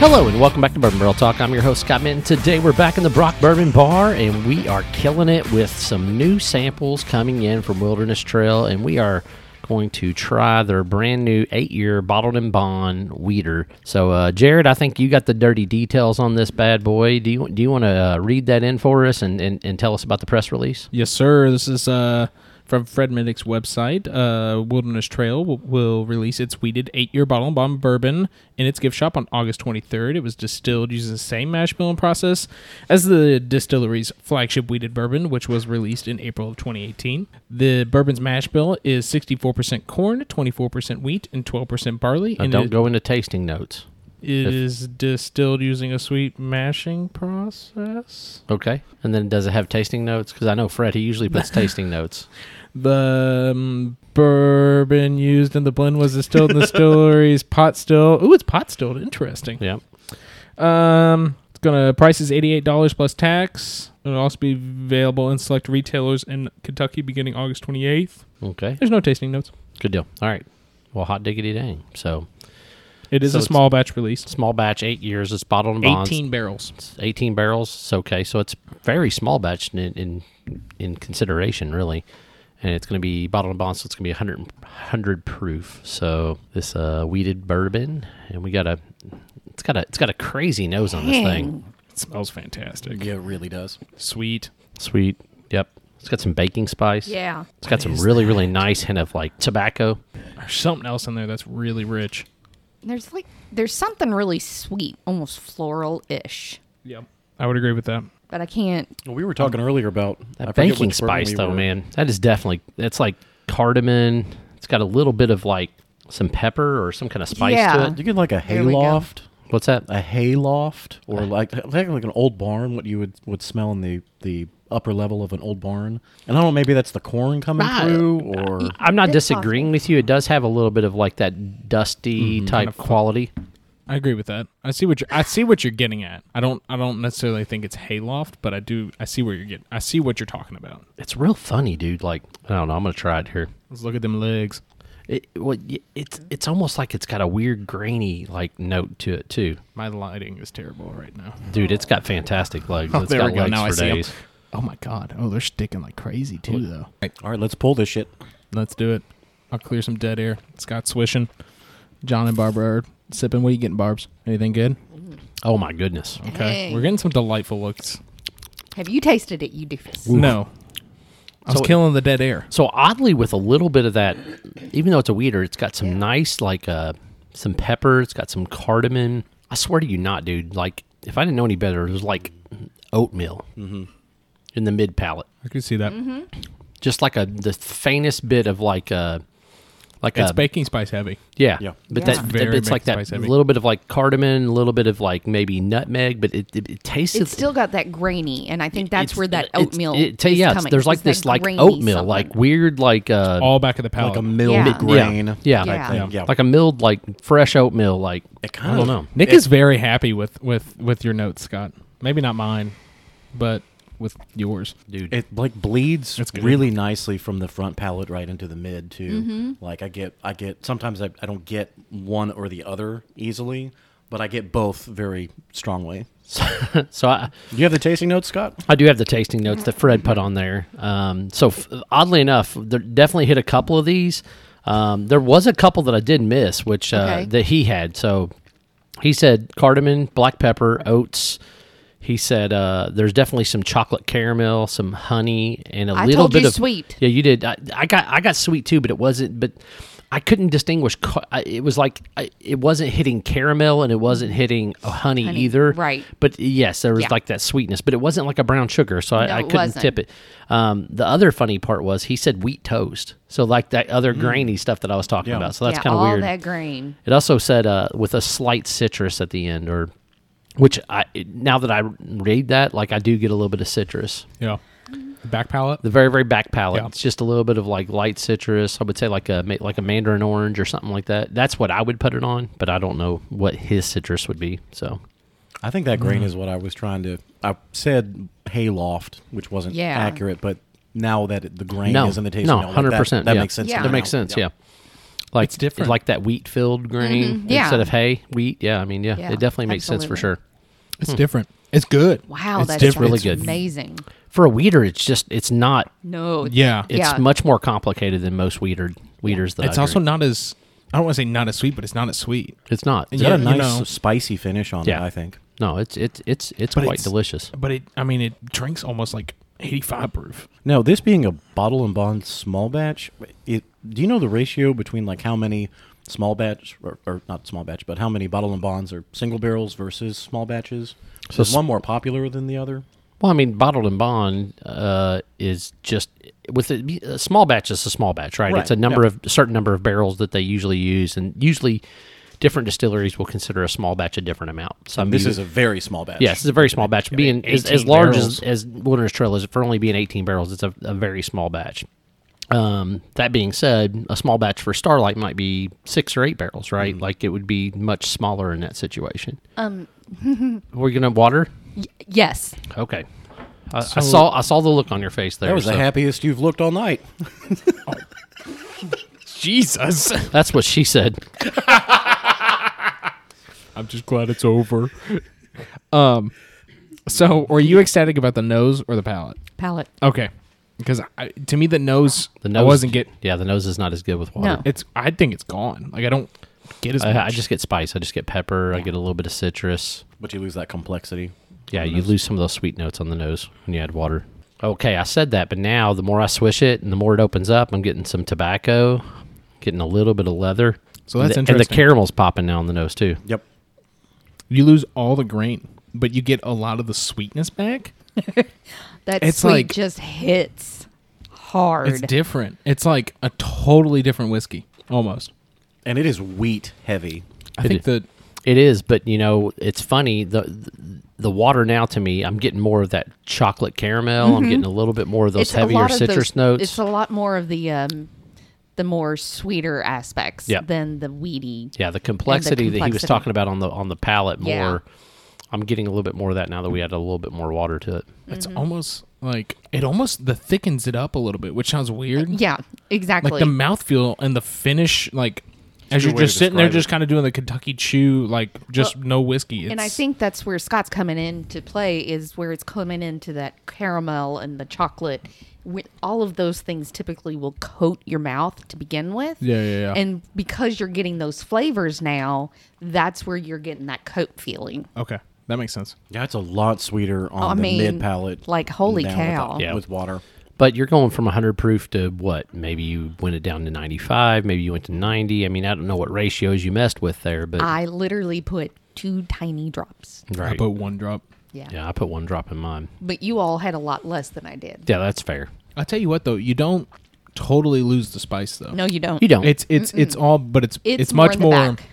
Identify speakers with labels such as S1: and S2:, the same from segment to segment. S1: Hello and welcome back to Bourbon Barrel Talk. I'm your host Scott Minton. Today we're back in the Brock Bourbon Bar and we are killing it with some new samples coming in from Wilderness Trail and we are going to try their brand new eight-year bottled and bond weeder. So uh, Jared, I think you got the dirty details on this bad boy. Do you do you want to uh, read that in for us and, and, and tell us about the press release?
S2: Yes, sir. This is uh, from Fred Minnick's website. Uh, Wilderness Trail will, will release its weeded eight-year bottle and bomb bourbon in its gift shop on August 23rd. It was distilled using the same mash bill and process as the distillery's flagship weeded bourbon, which was released in April of 2018. The bourbon's mash bill is 64% corn, 24% wheat, and 12% barley.
S1: Uh,
S2: and
S1: don't
S2: it-
S1: go into tasting notes.
S2: it is distilled using a sweet mashing process.
S1: Okay. And then does it have tasting notes? Because I know Fred, he usually puts tasting notes.
S2: The um, bourbon used in the blend was distilled in the distillery's pot still. Ooh, it's pot stilled. Interesting.
S1: Yep.
S2: Um, it's gonna price is eighty eight dollars plus tax. It'll also be available in select retailers in Kentucky beginning August twenty eighth.
S1: Okay.
S2: There's no tasting notes.
S1: Good deal. All right. Well, hot diggity dang. So
S2: It is
S1: So
S2: a
S1: it's-
S2: small batch release.
S1: small batch, eight years. It's bottled in bonds.
S2: Eighteen barrels.
S1: It's 18 barrels. It's okay. So it's very small batch in in, in consideration, really. And it's going to be bottled in bonds, so it's going to be 100, 100 proof. So this uh, weeded bourbon, and we got a it's got a it's got a crazy nose on this thing.
S2: It smells fantastic.
S3: Yeah, it really does.
S2: Sweet.
S1: Sweet. Yep. It's got some baking spice.
S4: Yeah.
S1: It's got some really really nice hint of like tobacco.
S2: There's something else in there that's really rich.
S4: There's like there's something really sweet, almost floral-ish,
S2: Yep. I would agree with that.
S4: but I can't.
S3: Well, we were talking earlier about
S1: Um, That
S3: I forget
S1: baking
S3: which bourbon
S1: spice,
S3: we
S1: though,
S3: were-
S1: man, that is definitely that's like cardamom. It's got a little bit of like some pepper or some kind of spice
S4: Yeah.
S1: to it.
S3: You get like a hay
S4: we go.
S3: loft,
S1: What's that?
S3: a hay loft, or like like like an old barn. What you would would smell in the the upper level of an old barn. And I don't know, maybe that's the corn coming
S1: Nah,
S3: through, or
S1: I'm not
S4: It's
S1: disagreeing
S4: possible.
S1: with you. It does have a little bit of like that dusty type quality.
S2: I agree with that. I see what you're. I see what you're getting at. I don't. I don't necessarily think it's hayloft, but I do. I see where you're getting. I see what you're talking about.
S1: It's real funny, dude. Like I don't know. I'm gonna try it here.
S2: Let's look at them legs.
S1: It, well, y- it's it's almost like it's got a weird grainy like note to it too,
S2: My lighting is terrible right now.
S1: dude. It's got fantastic legs. It's got legs for days.
S2: Oh my god. Oh, they're sticking like crazy too, though.
S3: all right, let's pull this shit.
S2: Let's do it. I'll clear some dead air. Scott swishing. John and Barbara are sipping. What are you getting, Barb's? Anything good?
S1: Oh my goodness.
S2: Okay.
S4: Hey.
S2: We're getting some delightful looks.
S4: Have you tasted it, you doofus?
S2: No. I was
S1: So-
S2: killing the dead air.
S1: So oddly, with a little bit of that, even though it's a weeder, it's got some nice like uh, some pepper. It's got some cardamom. I swear to you, not dude. Like if I didn't know any better, it was like oatmeal in the mid palate,
S2: I could see that.
S1: just like a the faintest bit of like a like
S2: It's
S1: a
S2: baking spice heavy.
S1: yeah.
S3: Yeah.
S1: But
S4: Yeah.
S1: that
S2: It's very
S1: it's like that
S2: spice heavy.
S1: little bit of like cardamom, a little bit of like maybe nutmeg, but it it, it tastes
S4: It's still got that grainy, and I think that's
S1: it's-
S4: where that
S1: it's-
S4: oatmeal
S1: It, ta-
S4: is
S1: yeah, it's-
S4: coming.
S1: there's like
S4: It's that
S1: this like
S4: grainy
S1: oatmeal,
S4: something.
S1: like weird like uh,
S2: All back of the palate.
S3: Like a milled
S4: Yeah.
S3: grain.
S1: Yeah,
S4: type Yeah.
S3: thing. Yeah.
S1: like a milled, like fresh oatmeal, like
S3: It
S1: I
S3: kind
S1: don't
S3: of
S1: know.
S2: Nick is very happy with with with your notes, Scott. Maybe not mine, but with yours.
S1: dude.
S3: It like bleeds
S2: That's good.
S3: really nicely from the front palate right into the mid too.
S4: Mm-hmm.
S3: Like I get, I get. Sometimes I, I don't get one or the other easily, but I get both very strongly.
S1: so I,
S3: Do you have the tasting notes, Scott?
S1: I do have the tasting notes that Fred put on there. Um, so f- oddly enough, there definitely hit a couple of these. Um, there was a couple that I did miss, which uh,
S4: Okay.
S1: that he had. So he said cardamom, black pepper, oats. He said uh, there's definitely some chocolate caramel, some honey, and a
S4: I
S1: little
S4: told
S1: bit
S4: you
S1: of
S4: sweet.
S1: Yeah, you did. I, I got I got sweet too, but it wasn't. But I couldn't distinguish. ca- I- It was like I, it wasn't hitting caramel and it wasn't hitting honey,
S4: Honey,
S1: either.
S4: right.
S1: But yes, there was
S4: Yeah.
S1: like that sweetness, but it wasn't like a brown sugar, so I,
S4: No,
S1: I
S4: it
S1: couldn't
S4: wasn't.
S1: tip it. Um, the other funny part was he said wheat toast, so like that other grainy stuff that I was talking
S3: Yeah.
S1: about. So that's
S4: yeah,
S1: kind of
S4: all
S1: weird.
S4: that grain.
S1: It also said uh, with a slight citrus at the end, or which I now that I read that, like I do get a little bit of citrus.
S2: Yeah. Back palate.
S1: The very very back palate,
S2: Yeah.
S1: it's just a little bit of like light citrus. I would say like a ma- like a mandarin orange or something like that. That's what I would put it on, but I don't know what his citrus would be. So
S3: I think that
S1: Mm.
S3: grain is what I was trying to. I said hayloft, which wasn't
S4: Yeah.
S3: accurate, but now that it, the grain
S1: no,
S3: is in the tasting
S1: no,
S3: note, like
S1: hundred
S3: that-
S1: percent.
S3: That,
S1: yeah.
S3: makes sense.
S4: Yeah.
S3: to me
S1: That
S4: That
S3: now.
S1: makes sense. Yeah. Like
S2: It's different.
S1: like that wheat filled grain
S4: Mhm, yeah.
S1: instead of hay, wheat. Yeah, I mean, yeah,
S4: Yeah,
S1: it definitely makes sense for
S4: absolutely.
S1: sure.
S2: It's different. It's good.
S4: Wow,
S2: it's
S4: that's
S2: different.
S1: really good.
S4: Amazing.
S1: For a weeder, it's just it's not.
S4: No.
S2: Yeah.
S1: It's
S4: Yeah.
S1: much more complicated than most weeder weeders. That I
S2: It's also
S1: drink.
S2: not as I don't want to say not as sweet, but it's not as sweet.
S1: it's not.
S3: It's got
S2: Yeah,
S3: a
S2: you
S3: nice
S2: know.
S3: spicy finish on
S1: Yeah.
S3: it, I think.
S1: No, it's it's it's it's
S2: But
S1: quite
S2: it's-
S1: delicious.
S2: But it, I mean, it drinks almost like eighty-five proof.
S3: Now, this being a bottle and bond small batch, it do you know the ratio between like how many small batch or, or not small batch, but how many bottle and bonds are single barrels versus small batches?
S1: So
S3: So
S1: s-
S3: is one more popular than the other?
S1: Well, I mean, bottled and bond uh, is just with a, a small batch is a small batch, right?
S3: Right,
S1: It's a number
S3: yeah.
S1: of a certain number of barrels that they usually use, and usually different distilleries will consider a small batch a different amount. Some
S3: this
S1: use-
S3: is a very small batch.
S1: Yes, it's a very small batch. Being as, as
S2: 18
S1: large as,
S2: barrels.
S1: as Wilderness Trail is, for only being 18 barrels, it's a, a very small batch. Um, that being said, a small batch for Starlight might be six or eight barrels, right?
S2: Mm-hmm.
S1: Like it would be much smaller in that situation. Um, we're gonna water.
S4: Yes.
S1: Okay. I, I saw I saw the look on your face there.
S3: That was
S1: so
S3: the happiest you've looked all night.
S2: Jesus,
S1: that's what she said.
S2: I'm just glad it's over. um, so are you ecstatic about the nose or the palate?
S4: Palate.
S2: Okay, because I, to me the nose,
S1: The nose
S2: I wasn't get.
S1: Yeah, the nose is not as good with water.
S4: No.
S2: It's I think it's gone. Like I don't get as much.
S1: I, I just get spice. I just get pepper. I get a little bit of citrus.
S3: But you lose that complexity.
S1: Yeah, you lose some of those sweet notes on the nose when you add water. Okay, I said that, but now the more I swish it and the more it opens up, I'm getting some tobacco, getting a little bit of leather.
S2: So that's
S1: and the, And the
S2: interesting.
S1: caramel's popping now on the nose too.
S3: Yep.
S2: you lose all the grain, but you get a lot of the sweetness back.
S4: That
S2: It's
S4: sweet
S2: like-
S4: just hits hard.
S2: It's different. It's like a totally different whiskey almost.
S3: And it is wheat heavy.
S2: I
S1: It
S2: think
S1: is.
S2: that
S1: It is, but you know, it's funny the the water now to me. I'm getting more of that chocolate caramel.
S2: Mm-hmm.
S1: I'm getting a little bit more of those
S4: It's a
S1: heavier
S4: lot of
S1: citrus
S4: those-
S1: notes.
S4: It's a lot more of the um, the more sweeter aspects
S1: Yeah.
S4: than the weedy.
S1: yeah, the complexity, that he was
S4: complexity.
S1: talking about on the on the palate more.
S4: Yeah.
S1: I'm getting a little bit more of that now that we added a little bit more water to it.
S2: it's
S4: Mm-hmm.
S2: almost like it almost the thickens it up a little bit, which sounds weird.
S4: Yeah, exactly.
S2: Like the mouthfeel and the finish, like as
S3: a good
S2: you're
S3: way to
S2: just sitting there,
S3: describe it.
S2: just kind of doing the Kentucky Chew, like just no whiskey. It's,
S4: and I think that's where Scott's coming in to play is where it's coming into that caramel and the chocolate. When all of those things typically will coat your mouth to begin with.
S2: Yeah, yeah, yeah.
S4: And because you're getting those flavors now, that's where you're getting that coat feeling.
S2: okay, that makes sense.
S3: Yeah, it's a lot sweeter on
S4: Oh, I
S3: the
S4: mean,
S3: mid palate.
S4: like, holy
S3: than
S4: cow.
S3: With,
S1: Yeah.
S3: with water.
S1: But you're going from 100 proof to what? Maybe you went it down to 95. Maybe you went to 90. I mean, I don't know what ratios you messed with there, but
S4: I literally put two tiny drops.
S2: I put one drop.
S4: Yeah.
S1: yeah, I put one drop in mine.
S4: But you all had a lot less than I did.
S1: Yeah, that's fair.
S2: I tell you what, though, you don't totally lose the spice though.
S4: No, you don't.
S1: You don't.
S2: It's it's it's all, but it's it's,
S4: It's,
S2: much
S4: more.
S2: more.
S4: in the back.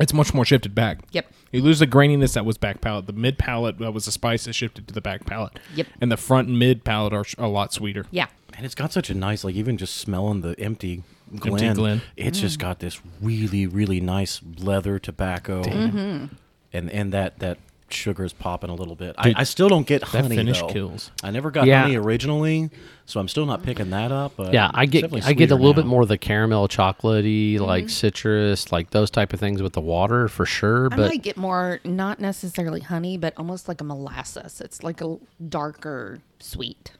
S2: It's much more shifted back.
S4: Yep.
S2: You lose the graininess that was back palate. The mid palate that was the spice is shifted to the back palate.
S4: Yep.
S2: And the front and mid palate are sh- a lot sweeter.
S4: Yeah.
S3: And it's got such a nice, like even just smelling the empty glen,
S2: glen.
S3: it's
S4: Mm.
S3: just got this really, really nice leather tobacco,
S4: Mm-hmm.
S3: and and that that sugar's popping a little bit. I,
S2: Dude,
S3: I still don't get honey
S2: finish
S3: though.
S2: kills.
S3: I never got
S1: Yeah.
S3: honey originally, so I'm still not picking that up. But
S1: yeah, I
S3: it's
S1: get
S3: definitely
S1: I get a
S3: sweeter
S1: little bit
S3: now.
S1: more of the caramel, chocolatey,
S4: Mm-hmm.
S1: like citrus, like those type of things with the water for sure.
S4: I
S1: But
S4: might get more, not necessarily honey, but almost like a molasses. It's like a darker sweet.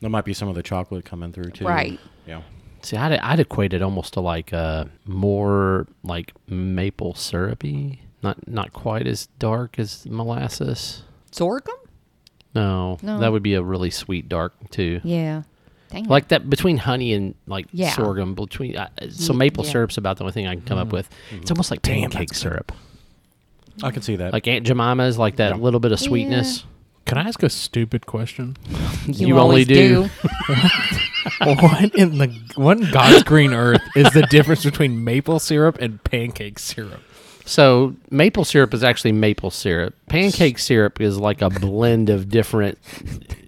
S3: There might be some of the chocolate coming through too.
S4: Right.
S3: Yeah.
S1: see, I'd, I'd equate it almost to like uh, more like maple syrupy, not not quite as dark as molasses.
S4: Sorghum?
S1: No,
S4: No.
S1: that would be a really sweet dark too.
S4: Yeah. Dang it.
S1: like that between honey and like
S4: Yeah.
S1: sorghum between uh, uh, so
S4: Ye-
S1: maple
S4: yeah. Mm-hmm.
S1: syrup's about the only thing i can come up with
S3: Mm-hmm.
S1: it's almost like pancake syrup
S3: I can see that.
S1: like aunt jemima's like that little bit of sweetness
S2: Can I ask a stupid question?
S1: you only
S4: always
S1: do.
S2: what in the what in God's green earth is the difference between maple syrup and pancake syrup?
S1: so maple syrup is actually maple syrup pancake syrup is like a blend of different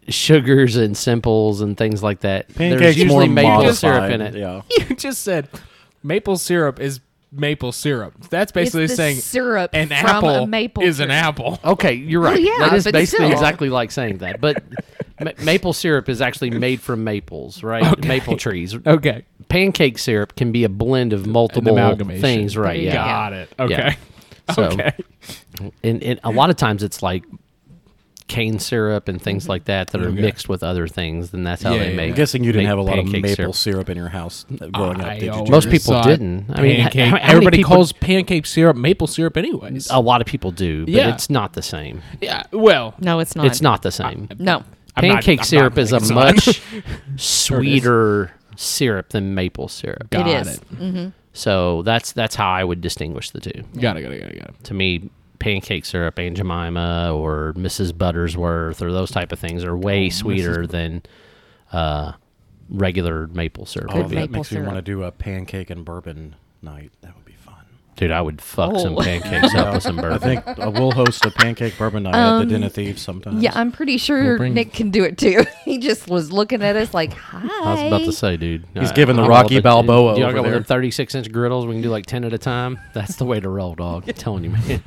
S1: sugars and simples and things like that there's
S3: Pancake's
S1: usually
S3: more
S1: maple
S3: modified,
S1: syrup in it
S3: Yeah.
S2: You just said maple syrup is maple syrup. That's basically
S4: the
S2: saying
S4: syrup
S2: an
S4: from a
S2: apple
S4: maple
S2: is an
S4: tree.
S2: apple.
S1: Okay, you're right.
S4: Oh, yeah,
S1: that is
S4: but
S1: basically
S4: still.
S1: exactly like saying that. But ma- maple syrup is actually made from maples, right? Maple trees.
S2: Okay.
S1: pancake syrup can be a blend of multiple
S2: amalgamation.
S1: things, right?
S4: There you
S1: Yeah.
S4: go.
S2: Got it. Okay.
S1: Yeah. So,
S2: okay.
S1: and, and a lot of times it's like cane syrup and things like that that are
S2: Okay.
S1: mixed with other things, and that's how
S2: Yeah,
S1: they
S2: yeah,
S1: make.
S2: yeah.
S3: I'm guessing you didn't
S1: make
S3: have a lot of
S1: pancake
S3: maple syrup. in your house growing up,
S2: I
S3: did you?
S2: always
S3: Jerry?
S1: Most people
S2: thought
S1: didn't. I mean, ha-
S2: pancake-
S1: how- how many
S2: everybody
S1: people-
S2: calls pancake syrup maple syrup, anyways.
S1: A lot of people do, but
S2: Yeah.
S1: it's not the same.
S2: yeah. Well,
S4: No, it's not.
S1: It's not the same.
S4: No.
S2: I'm not-
S1: Pancake
S2: I'm not
S1: syrup is a
S2: making
S1: much sweeter syrup than maple syrup.
S2: got
S4: is.
S2: it.
S1: So that's that's how I would distinguish the two.
S2: Got it. Got it. Got it. Got it.
S1: To me, pancake syrup, Aunt Jemima, or Mrs. Buttersworth, or those type of things are
S3: Oh,
S1: way sweeter than uh, regular maple syrup.
S3: Oh,
S1: would
S4: Good
S1: be.
S3: that
S4: maple
S3: makes me
S4: syrup.
S3: want to do a pancake and bourbon night. That would be fun.
S1: Dude, I would fuck some
S4: Oh.
S1: pancakes up with some
S3: I
S1: bourbon. Um,
S3: think uh, we'll host a pancake bourbon night at the Dinner Thieves sometime.
S4: Yeah, I'm pretty sure
S2: bring-
S4: Nick can do it too. he just was looking at us like, "Hi."
S1: I was about to say, dude.
S3: He's
S1: I-
S3: giving the
S1: I'm
S3: Rocky
S1: all about-
S3: Balboa
S1: Do y'all
S3: over
S1: got one of
S3: there.
S1: them 36 inch griddles? We can do like 10 at a time. That's the way to roll, dog. I'm telling you, man.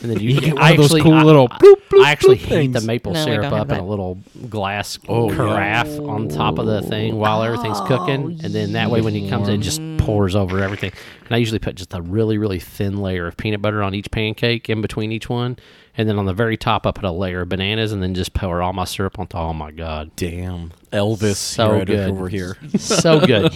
S1: And then you,
S2: get one
S1: I
S2: of those
S1: actually-
S2: cool
S1: I-
S2: little
S1: I,
S2: bloop, bloop,
S1: I actually
S2: bloop
S1: heat
S2: things.
S1: the maple
S4: No, we
S1: syrup
S4: don't have
S1: up in a
S4: that.
S1: little glass
S3: Oh, yeah.
S1: carafe on top of the thing while
S4: Oh,
S1: everything's cooking, and then that way when he comes in, it just pours over everything. And I usually put just a really really thin layer of peanut butter on each pancake in between each one, and then on the very top I put a layer of bananas, and then just pour all my syrup on top. Oh my god,
S3: Damn. Elvis
S1: So
S3: right
S1: good.
S3: over here.
S1: so good,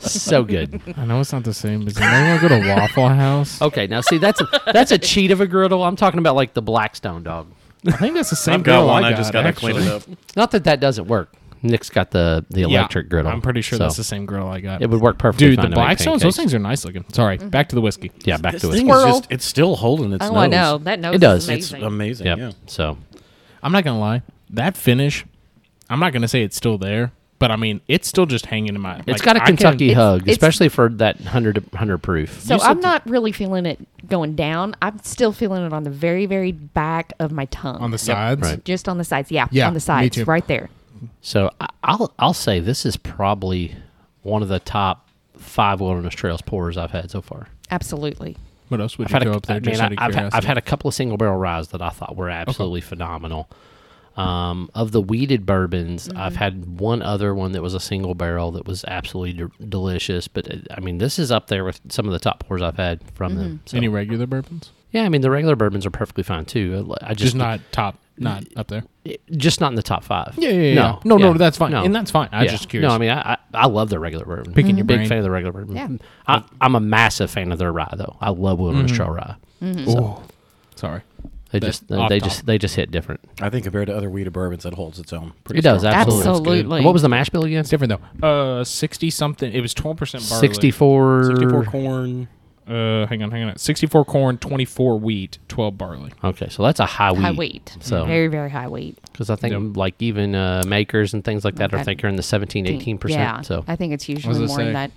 S1: so good.
S2: I know it's not the same, but does anyone go to Waffle House?
S1: Okay, now see that's a, that's a cheat of a griddle. I'm talking about like the Blackstone dog.
S2: I think that's the same.
S3: I've got
S2: grill
S3: one. I just got to
S2: actually.
S3: clean it up.
S1: Not that that doesn't work. Nick's got the the
S2: Yeah,
S1: electric griddle.
S2: I'm pretty sure
S1: so
S2: that's the same grill I got.
S1: It would work perfectly.
S2: Dude,
S1: fine
S2: the
S1: to make
S2: Blackstones, those
S1: pancakes.
S2: things are nice looking. Sorry, back to the whiskey.
S1: Yeah, back
S3: This
S1: to
S3: thing
S1: it.
S3: is
S4: Squirrel.
S3: just, it's still holding its
S4: Oh,
S3: nose.
S4: I know that nose.
S1: It does.
S4: Is
S1: It's,
S4: amazing.
S3: It's amazing.
S1: Yep.
S3: Yeah.
S1: So
S2: I'm not gonna lie, that finish. I'm not gonna say it's still there, but I mean, it's still just hanging in my.
S1: it's got a Kentucky
S4: It's-
S1: hug,
S4: it's-
S1: especially for that 100, 100 proof.
S4: So
S2: You said
S4: I'm
S2: to-
S4: not really feeling it going down. I'm still feeling it on the very, very back of my tongue.
S2: on the sides.
S1: right.
S4: just on the sides. Yeah,
S2: Yeah,
S4: on the
S2: me
S4: sides,
S2: too.
S4: right there.
S1: So I- I'll I'll say this is probably one of the top five wilderness trails pours I've had so far.
S4: Absolutely.
S2: What else would
S1: I've
S2: you
S1: had,
S2: throw
S1: a,
S2: up there?
S1: I mean,
S2: just out of
S1: I've, had-
S2: curiosity?
S1: I've had a couple of single barrel ryes that I thought were absolutely phenomenal. Um, of the weeded bourbons,
S2: Mm-hmm.
S1: I've had one other one that was a single barrel that was absolutely de- delicious. But it, I mean, this is up there with some of the top pours I've had from them. So.
S2: any regular bourbons.
S1: Yeah, I mean the regular bourbons are perfectly fine too. I I just,
S2: Just not top, not up there.
S1: just not in the top five.
S2: Yeah, yeah, yeah. yeah. No, no, that's fine, and that's fine. I was
S1: Yeah.
S2: just curious.
S1: No, I mean I I, I love their regular bourbon.
S2: Picking your
S1: big
S2: brain.
S1: fan of the regular bourbon.
S4: Yeah.
S1: I, I'm a massive fan of their rye though. I love Wilderness Trail rye.
S2: Oh, sorry.
S1: They
S2: Mm-hmm. That-
S1: just they,
S2: off
S1: they
S2: top.
S1: just they just hit different.
S3: I think compared to other weed bourbons, it holds its own. Pretty
S1: It does
S3: strong.
S1: absolutely.
S2: Absolutely.
S4: Absolutely.
S1: What was the mash bill again?
S2: It's different though. Uh, sixty something. It was twelve percent barley.
S1: 64,
S3: 64 corn.
S2: Uh, hang on, hang on. Sixty-four corn, twenty-four wheat, twelve barley.
S1: Okay, so that's a high wheat.
S4: high weight?
S1: So-
S4: very, very high weight.
S1: Because I think
S2: Yep.
S1: like even uh, makers and things like that are
S4: That-
S1: thinking in the 17, 18 percent.
S4: Yeah,
S1: So
S4: I think it's usually
S2: I
S4: more
S2: say?
S4: than that.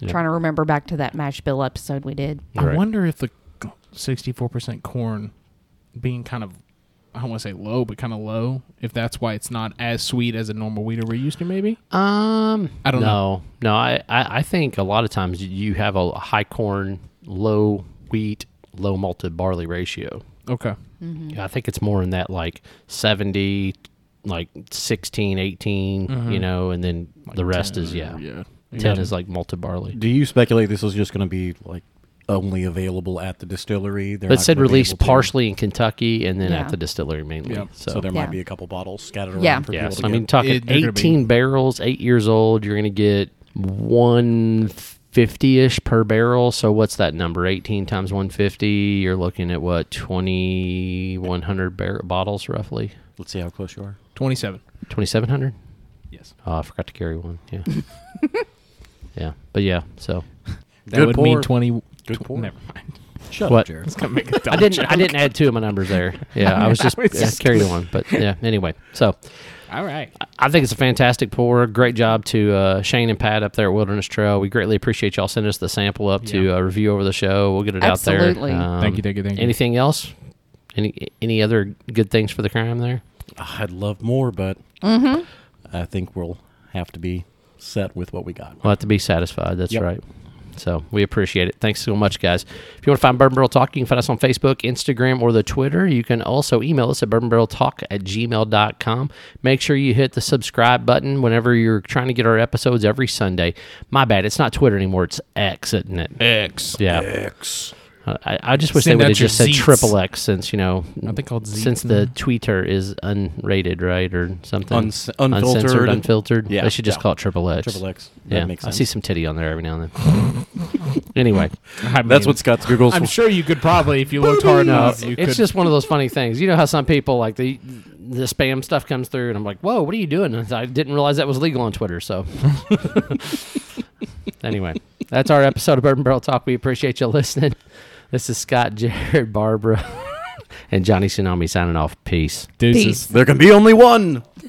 S1: Yeah.
S4: Trying to remember back to that mash bill episode we did.
S1: Right.
S2: I wonder if the sixty-four percent corn being kind of I don't want to say low, but kind of low. If that's why it's not as sweet as a normal wheat we're used to, maybe.
S1: um,
S2: I don't
S1: no,
S2: know.
S1: no. I, I I think a lot of times you have a high corn, low wheat, low malted barley ratio.
S2: Okay.
S4: Mm-hmm.
S1: I think it's more in that like 70 like 16 18
S2: Mm-hmm.
S1: you know and then the rest is yeah,
S2: Yeah.
S1: 10 is like malted barley
S3: Do you speculate this is just going to be like only available at the distillery? They're
S1: but it
S3: not
S1: said
S3: gonna be
S1: released
S3: able to-
S1: partially in Kentucky and then
S4: Yeah.
S1: at the distillery mainly.
S2: Yep.
S1: So,
S3: So there
S4: Yeah.
S3: might be a couple bottles scattered
S4: Yeah.
S3: around for
S1: yeah,
S3: people
S1: so
S3: to
S1: I mean
S3: get.
S1: talking
S2: It- they're gonna be-
S1: 18 barrels, 8 years old, you're going to get 150ish per barrel. So what's that number? 18 times 150, you're looking at what 2100 bar- bottles roughly.
S3: Let's see how close you are.
S2: Twenty-seven.
S1: 2700?
S2: Yes.
S1: Oh, I forgot to carry one. Yeah. yeah. But yeah, so
S2: That
S3: Good
S2: would
S3: pour.
S2: mean twenty.
S3: Good
S2: tw-
S3: pour.
S2: Never mind.
S3: Shut
S1: What?
S3: up, Jared.
S2: It's gonna make a
S1: I didn't I didn't add two of my numbers there. Yeah, I was just,
S2: was
S1: yeah,
S2: just-
S1: carrying one, but yeah, anyway. So
S2: All right.
S1: I think it's a fantastic pour. Great job to uh, Shane and Pat up there at Wilderness Trail. We greatly appreciate y'all sending us the sample up to
S2: Yeah.
S1: uh, review over the show. We'll get it
S4: Absolutely.
S1: out there. Um,
S2: Thank you, thank you, thank you.
S1: Anything else? Any any other good things for the crime there?
S3: I'd love more, but
S4: Mm-hmm.
S3: I think we'll have to be set with what we got.
S1: We'll have to be satisfied. That's
S3: Yep.
S1: right. So we appreciate it. Thanks so much, guys. If you want to find Bourbon Barrel Talk, you can find us on Facebook, Instagram, or the Twitter. You can also email us at bourbonbarreltalk at gmail.com. Make sure you hit the subscribe button whenever you're trying to get our episodes every Sunday. My bad. It's not Twitter anymore. It's X, isn't it?
S2: X.
S1: Yeah.
S3: X.
S1: I, I just wish
S2: Send
S1: they
S2: out
S1: would have
S2: your
S1: just said
S2: zeets.
S1: triple X since, you know,
S2: I think called zeets
S1: since the Twitter is unrated, right? Or something.
S3: Uns- unfiltered.
S1: Uncensored, unfiltered.
S3: Yeah,
S1: They should just
S3: yeah.
S1: call it triple X.
S3: Triple X. That
S1: Yeah.
S3: makes
S1: I
S3: sense.
S1: see some titty on there every now and then. anyway.
S2: I
S3: That's
S2: mean,
S3: what Scott's Googles.
S2: I'm sure you could probably, if you looked hard
S1: No,
S2: enough,
S1: it's
S2: you could.
S1: just one of those funny things. You know how some people like the the spam stuff comes through, and I'm like, "Whoa, what are you doing?" And I didn't realize that was legal on Twitter. So, anyway, that's our episode of Bourbon Barrel Talk. We appreciate you listening. This is Scott, Jared, Barbara, and Johnny Tsunami signing off. Peace.
S2: Deuces.
S4: Peace.
S3: there can be only one.